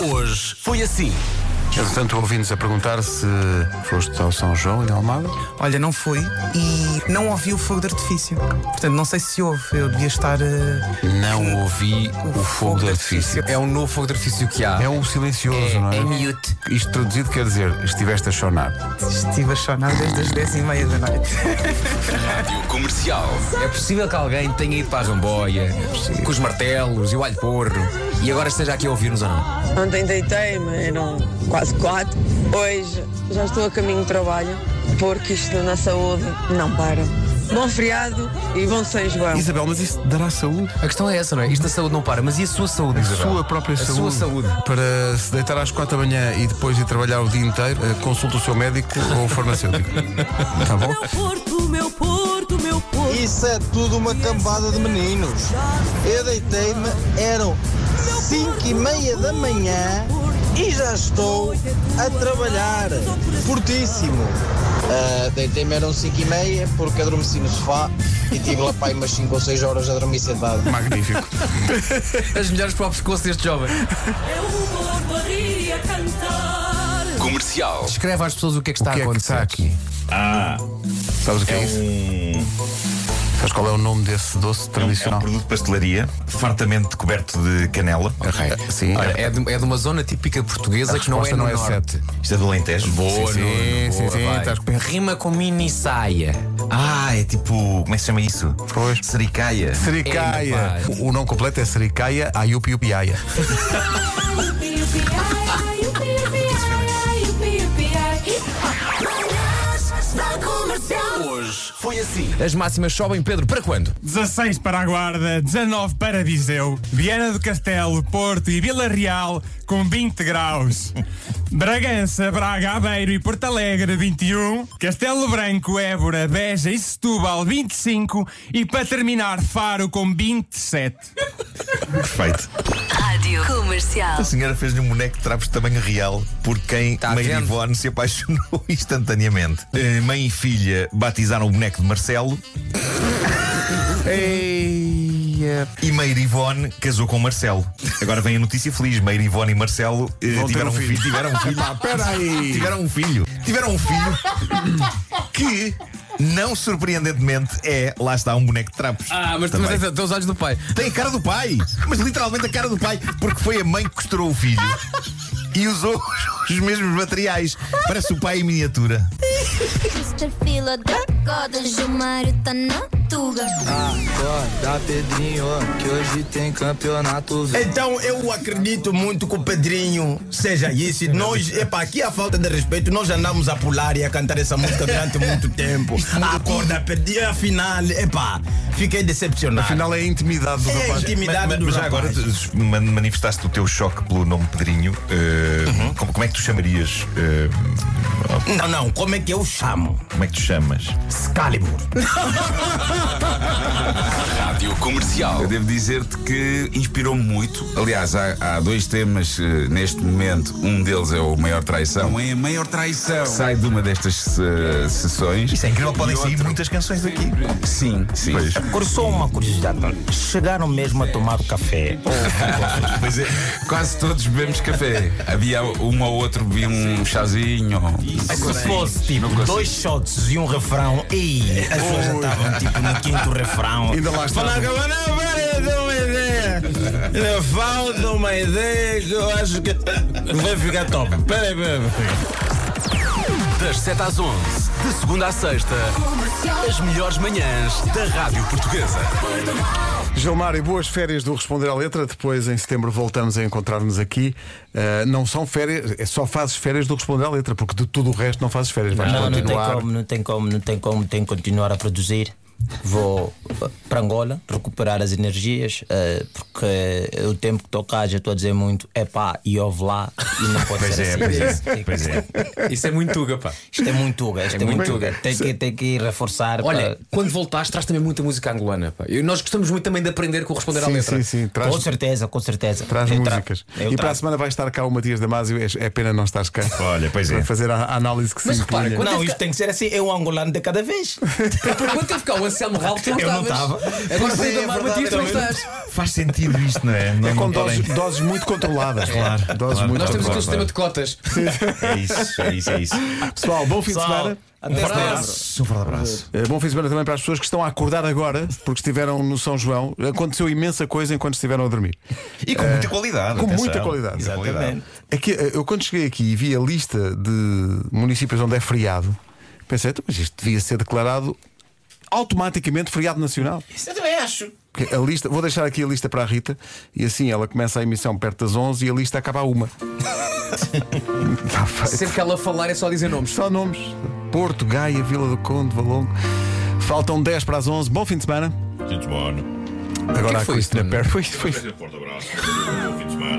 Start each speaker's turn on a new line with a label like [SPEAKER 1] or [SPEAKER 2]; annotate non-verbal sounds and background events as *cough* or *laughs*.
[SPEAKER 1] hoje foi assim.
[SPEAKER 2] Entretanto, ouvintes a perguntar se foste ao São João em Almada.
[SPEAKER 3] Olha, não fui e não ouvi o fogo de artifício. Portanto, não sei se houve. Eu devia estar. eh,
[SPEAKER 2] Não ouvi o fogo, de artifício.
[SPEAKER 4] É um novo fogo de artifício que há.
[SPEAKER 2] É um silencioso, não é?
[SPEAKER 4] é mute.
[SPEAKER 2] Isto traduzido quer dizer, estiveste a chonar.
[SPEAKER 3] Estive a chorar desde as 10h30 da noite.
[SPEAKER 1] Rádio Comercial.
[SPEAKER 4] É possível que alguém tenha ido para a ramboia, com os martelos e o alho porro, e agora esteja aqui a ouvir-nos ou não?
[SPEAKER 5] Ontem deitei-me, eram quase quatro. Hoje já estou a caminho de trabalho, porque isto na saúde não para. Bom feriado e bom São João.
[SPEAKER 2] Isabel, mas isso dará saúde?
[SPEAKER 4] A questão é essa, não é? Isto da saúde não para, mas e a sua saúde,
[SPEAKER 2] A
[SPEAKER 4] Isabel?
[SPEAKER 2] sua própria
[SPEAKER 4] a
[SPEAKER 2] saúde.
[SPEAKER 4] sua saúde.
[SPEAKER 2] Para se deitar às quatro da manhã e depois ir trabalhar o dia inteiro, eh, consulta o seu médico ou o farmacêutico. tá bom?
[SPEAKER 6] Porto, meu Porto, meu Porto.
[SPEAKER 7] Isso é tudo uma cambada de meninos. Eu deitei-me, eram 5 e meia da manhã e já estou a trabalhar. Fortíssimo. Ah, deitei-me eram 5 e meia porque adormeci no sofá e tive lá pai umas 5 ou 6 horas a dormir sentado.
[SPEAKER 2] Magnífico.
[SPEAKER 4] As melhores para o pescoço deste jovem.
[SPEAKER 6] É o Porto a rir e a cantar.
[SPEAKER 1] Comercial.
[SPEAKER 4] Descreve às pessoas o que é que está
[SPEAKER 2] o que
[SPEAKER 4] a
[SPEAKER 2] é que
[SPEAKER 4] acontecer
[SPEAKER 2] está aqui?
[SPEAKER 8] Ah,
[SPEAKER 2] Sabes o que é,
[SPEAKER 8] é
[SPEAKER 2] isso?
[SPEAKER 8] um,
[SPEAKER 2] Sabes qual é o nome desse doce
[SPEAKER 8] é um,
[SPEAKER 2] tradicional?
[SPEAKER 8] produto de pastelaria fartamente coberto de canela.
[SPEAKER 2] Ah, Sim,
[SPEAKER 4] Olha,
[SPEAKER 2] é.
[SPEAKER 4] é, de, é de uma zona típica portuguesa que não é
[SPEAKER 2] resposta
[SPEAKER 4] no
[SPEAKER 2] não é
[SPEAKER 4] norte.
[SPEAKER 2] sete.
[SPEAKER 8] Isto é do Alentejo.
[SPEAKER 4] Boa,
[SPEAKER 2] Sim,
[SPEAKER 4] Nuno,
[SPEAKER 2] sim,
[SPEAKER 4] boa,
[SPEAKER 2] sim,
[SPEAKER 4] vai.
[SPEAKER 2] estás com-
[SPEAKER 4] Rima com mini saia.
[SPEAKER 8] Ah, é tipo. Como é que se chama isso?
[SPEAKER 2] Pois.
[SPEAKER 8] Sericaia.
[SPEAKER 2] Sericaia.
[SPEAKER 4] É,
[SPEAKER 2] o o nome completo é Sericaia Ayupi Upiaia.
[SPEAKER 6] Yupi, yupi, ai, ai, yupi, yupi, ai, ai, yupi, yupi, ai. Manhãs da Comercial.
[SPEAKER 1] Hoje foi assim.
[SPEAKER 4] As máximas sobem, Pedro, para quando?
[SPEAKER 9] 16 para a Guarda, 19 para Viseu, Viana do Castelo, Porto e Vila Real com 20 graus. Bragança, Braga, Aveiro e Porto Alegre 21, Castelo Branco, Évora, Beja e Setúbal 25 e para terminar Faro com 27.
[SPEAKER 8] Perfeito.
[SPEAKER 6] Rádio Comercial.
[SPEAKER 8] A senhora fez-lhe um boneco de trapos de tamanho real por quem
[SPEAKER 4] Tá
[SPEAKER 8] Mãe
[SPEAKER 4] vendo?
[SPEAKER 8] de Ivone se apaixonou *laughs* instantaneamente. Eh, mãe e filha batizaram o boneco
[SPEAKER 2] *laughs*
[SPEAKER 8] de Marcelo. E Meir Ivone casou com Marcelo. Agora vem a notícia feliz: Meir Ivone e Marcelo eh,
[SPEAKER 2] Vão ter
[SPEAKER 8] tiveram
[SPEAKER 2] um
[SPEAKER 8] um
[SPEAKER 2] filho.
[SPEAKER 8] filho. Tiveram um filho.
[SPEAKER 2] Peraí!
[SPEAKER 8] Tiveram um filho. Tiveram um filho
[SPEAKER 2] *laughs*
[SPEAKER 8] que, não surpreendentemente, é, lá está, um boneco de trapos.
[SPEAKER 4] Ah, mas
[SPEAKER 8] Também.
[SPEAKER 4] tem os olhos do pai.
[SPEAKER 8] Tem a cara do pai, mas literalmente a cara do pai, porque foi a mãe que costurou o filho e usou *laughs* os- os mesmos materiais. Parece o pai em miniatura.
[SPEAKER 10] Mr. Fila da Goda, Gilmário tá na tuga.
[SPEAKER 7] Acorda, Pedrinho, que hoje tem campeonato.
[SPEAKER 11] Então eu acredito muito que o Pedrinho seja isso. Nós, epá, aqui a falta de respeito, nós andamos a pular e a cantar essa música durante muito
[SPEAKER 7] *laughs*
[SPEAKER 11] tempo.
[SPEAKER 7] é
[SPEAKER 11] Acorda, perdi afinal, epá, fiquei decepcionado.
[SPEAKER 2] Afinal é a intimidade do
[SPEAKER 11] É a
[SPEAKER 2] rapaz.
[SPEAKER 11] intimidade
[SPEAKER 8] Mas,
[SPEAKER 11] do
[SPEAKER 8] mas já
[SPEAKER 11] rapaz.
[SPEAKER 8] agora tu- man- manifestaste o teu choque pelo nome Pedrinho. eh, como, como é que tu chamarias? eh,
[SPEAKER 11] Não, não, como é que eu chamo?
[SPEAKER 8] como é que tu chamas?
[SPEAKER 11] Excalibur.
[SPEAKER 1] Rádio Comercial.
[SPEAKER 12] Eu devo dizer-te que inspirou-me muito. Aliás, há, há dois temas eh, neste momento. Um deles é o Maior Traição. É a Maior Traição. Sai de uma destas eh, sessões.
[SPEAKER 8] Isso é incrível, podem
[SPEAKER 12] E
[SPEAKER 8] sair
[SPEAKER 12] outro-
[SPEAKER 8] muitas canções daqui.
[SPEAKER 12] Sim, sim.
[SPEAKER 11] Agora só uma curiosidade. Chegaram mesmo a tomar o café.
[SPEAKER 12] *laughs* Pois é, quase todos bebemos café. Havia um ou outro, bebia um chazinho.
[SPEAKER 11] Se fosse tipo dois shots e um refrão, e as pessoas já estavam tipo no quinto refrão.
[SPEAKER 2] Ainda lá está.
[SPEAKER 11] Falaram, não, pera, dá uma ideia. Não falta uma ideia que eu acho que vai ficar top. Pera aí, pera aí.
[SPEAKER 1] Das 7 às 11, de segunda à sexta, as melhores manhãs da Rádio Portuguesa.
[SPEAKER 2] Gilmário, boas férias do Responder à Letra. Depois, em setembro, voltamos a encontrar-nos aqui. Ah, não são férias, é só fazes férias do Responder à Letra, porque de tudo o resto não fazes férias. Vais
[SPEAKER 11] Não, não tem
[SPEAKER 2] continuar.
[SPEAKER 11] como, não tem como, não tem como, tenho que continuar a produzir. Vou eh, para Angola recuperar as energias, eh, porque eh, o tempo que estou cá já estou a dizer muito, é pá, e houve lá, e não pode
[SPEAKER 8] Pois
[SPEAKER 11] ser
[SPEAKER 8] é,
[SPEAKER 11] assim.
[SPEAKER 8] pois é,
[SPEAKER 11] Tem que-
[SPEAKER 8] pois é.
[SPEAKER 4] Isso é muito tuga, pá.
[SPEAKER 11] Isto é muito tuga, isto é, muito
[SPEAKER 4] muito
[SPEAKER 11] tuga.
[SPEAKER 4] tuga.
[SPEAKER 11] Tem que, tem que reforçar.
[SPEAKER 4] Olha,
[SPEAKER 11] pá.
[SPEAKER 4] quando voltaste, traz também muita música angolana, pá. E nós gostamos muito também de aprender com o responder à
[SPEAKER 2] Sim,
[SPEAKER 4] letra.
[SPEAKER 2] sim, sim. Traz,
[SPEAKER 11] com certeza, com certeza. É
[SPEAKER 2] traz
[SPEAKER 11] Eu tra-
[SPEAKER 2] músicas.
[SPEAKER 11] eu
[SPEAKER 2] e para a
[SPEAKER 11] trago.
[SPEAKER 2] semana vai estar cá o Matias Damasio. É, é pena não estares cá.
[SPEAKER 8] Olha, pois é.
[SPEAKER 2] Para fazer a, a análise que
[SPEAKER 4] Mas
[SPEAKER 2] se
[SPEAKER 4] repara,
[SPEAKER 2] impunha.
[SPEAKER 4] quando-
[SPEAKER 11] Não, isto tem que ser assim, é um angolano de cada vez.
[SPEAKER 4] Por Quanto tempo cá o Anselmo Ralph, tu não
[SPEAKER 11] Eu não
[SPEAKER 4] estavas.
[SPEAKER 11] estava.
[SPEAKER 4] Agora
[SPEAKER 8] Pois
[SPEAKER 4] foi
[SPEAKER 8] é,
[SPEAKER 4] da
[SPEAKER 8] é
[SPEAKER 4] Mar
[SPEAKER 8] verdade,
[SPEAKER 4] Matias, tu não
[SPEAKER 8] também.
[SPEAKER 4] estás.
[SPEAKER 8] Faz sentido. sentido disto, não é? Não-
[SPEAKER 2] é com
[SPEAKER 8] não podem.
[SPEAKER 2] doses, doses muito controladas, claro. Doses
[SPEAKER 8] claro.
[SPEAKER 2] muito
[SPEAKER 8] Nós temos aquele
[SPEAKER 2] controladas.
[SPEAKER 8] sistema de
[SPEAKER 4] cotas.
[SPEAKER 8] *laughs* É isso, é isso, é isso.
[SPEAKER 2] Pessoal, bom fim
[SPEAKER 8] Pessoal,
[SPEAKER 2] de semana.
[SPEAKER 8] até Um forte abraço. Um forte abraço.
[SPEAKER 2] Eh, Bom fim de semana também para as pessoas que estão a acordar agora, porque estiveram no São João. Aconteceu imensa coisa enquanto estiveram a dormir.
[SPEAKER 8] E com
[SPEAKER 2] Eh,
[SPEAKER 8] muita qualidade,
[SPEAKER 2] Com
[SPEAKER 8] atenção.
[SPEAKER 2] muita qualidade.
[SPEAKER 8] Exatamente.
[SPEAKER 2] Aqui, eh, eu quando cheguei aqui e vi a lista de municípios onde é feriado, pensei, "Então, mas isto devia ser declarado automaticamente feriado nacional.
[SPEAKER 11] Eu também acho.
[SPEAKER 2] Porque A lista, vou deixar aqui a lista para a Rita e assim ela começa a emissão perto das 11 e a lista acaba a uma. Tá feito.
[SPEAKER 4] Sempre que ela falar é só dizer nomes.
[SPEAKER 2] Só nomes. Porto, Gaia, Vila do Conde, Valongo. Faltam 10 para as 11. Bom fim de semana.
[SPEAKER 13] Gente, bom.
[SPEAKER 2] Agora
[SPEAKER 13] que
[SPEAKER 2] a
[SPEAKER 13] foi
[SPEAKER 2] Cristina Perry. Foi, foi,
[SPEAKER 13] Um forte abraço. Um bom fim de semana.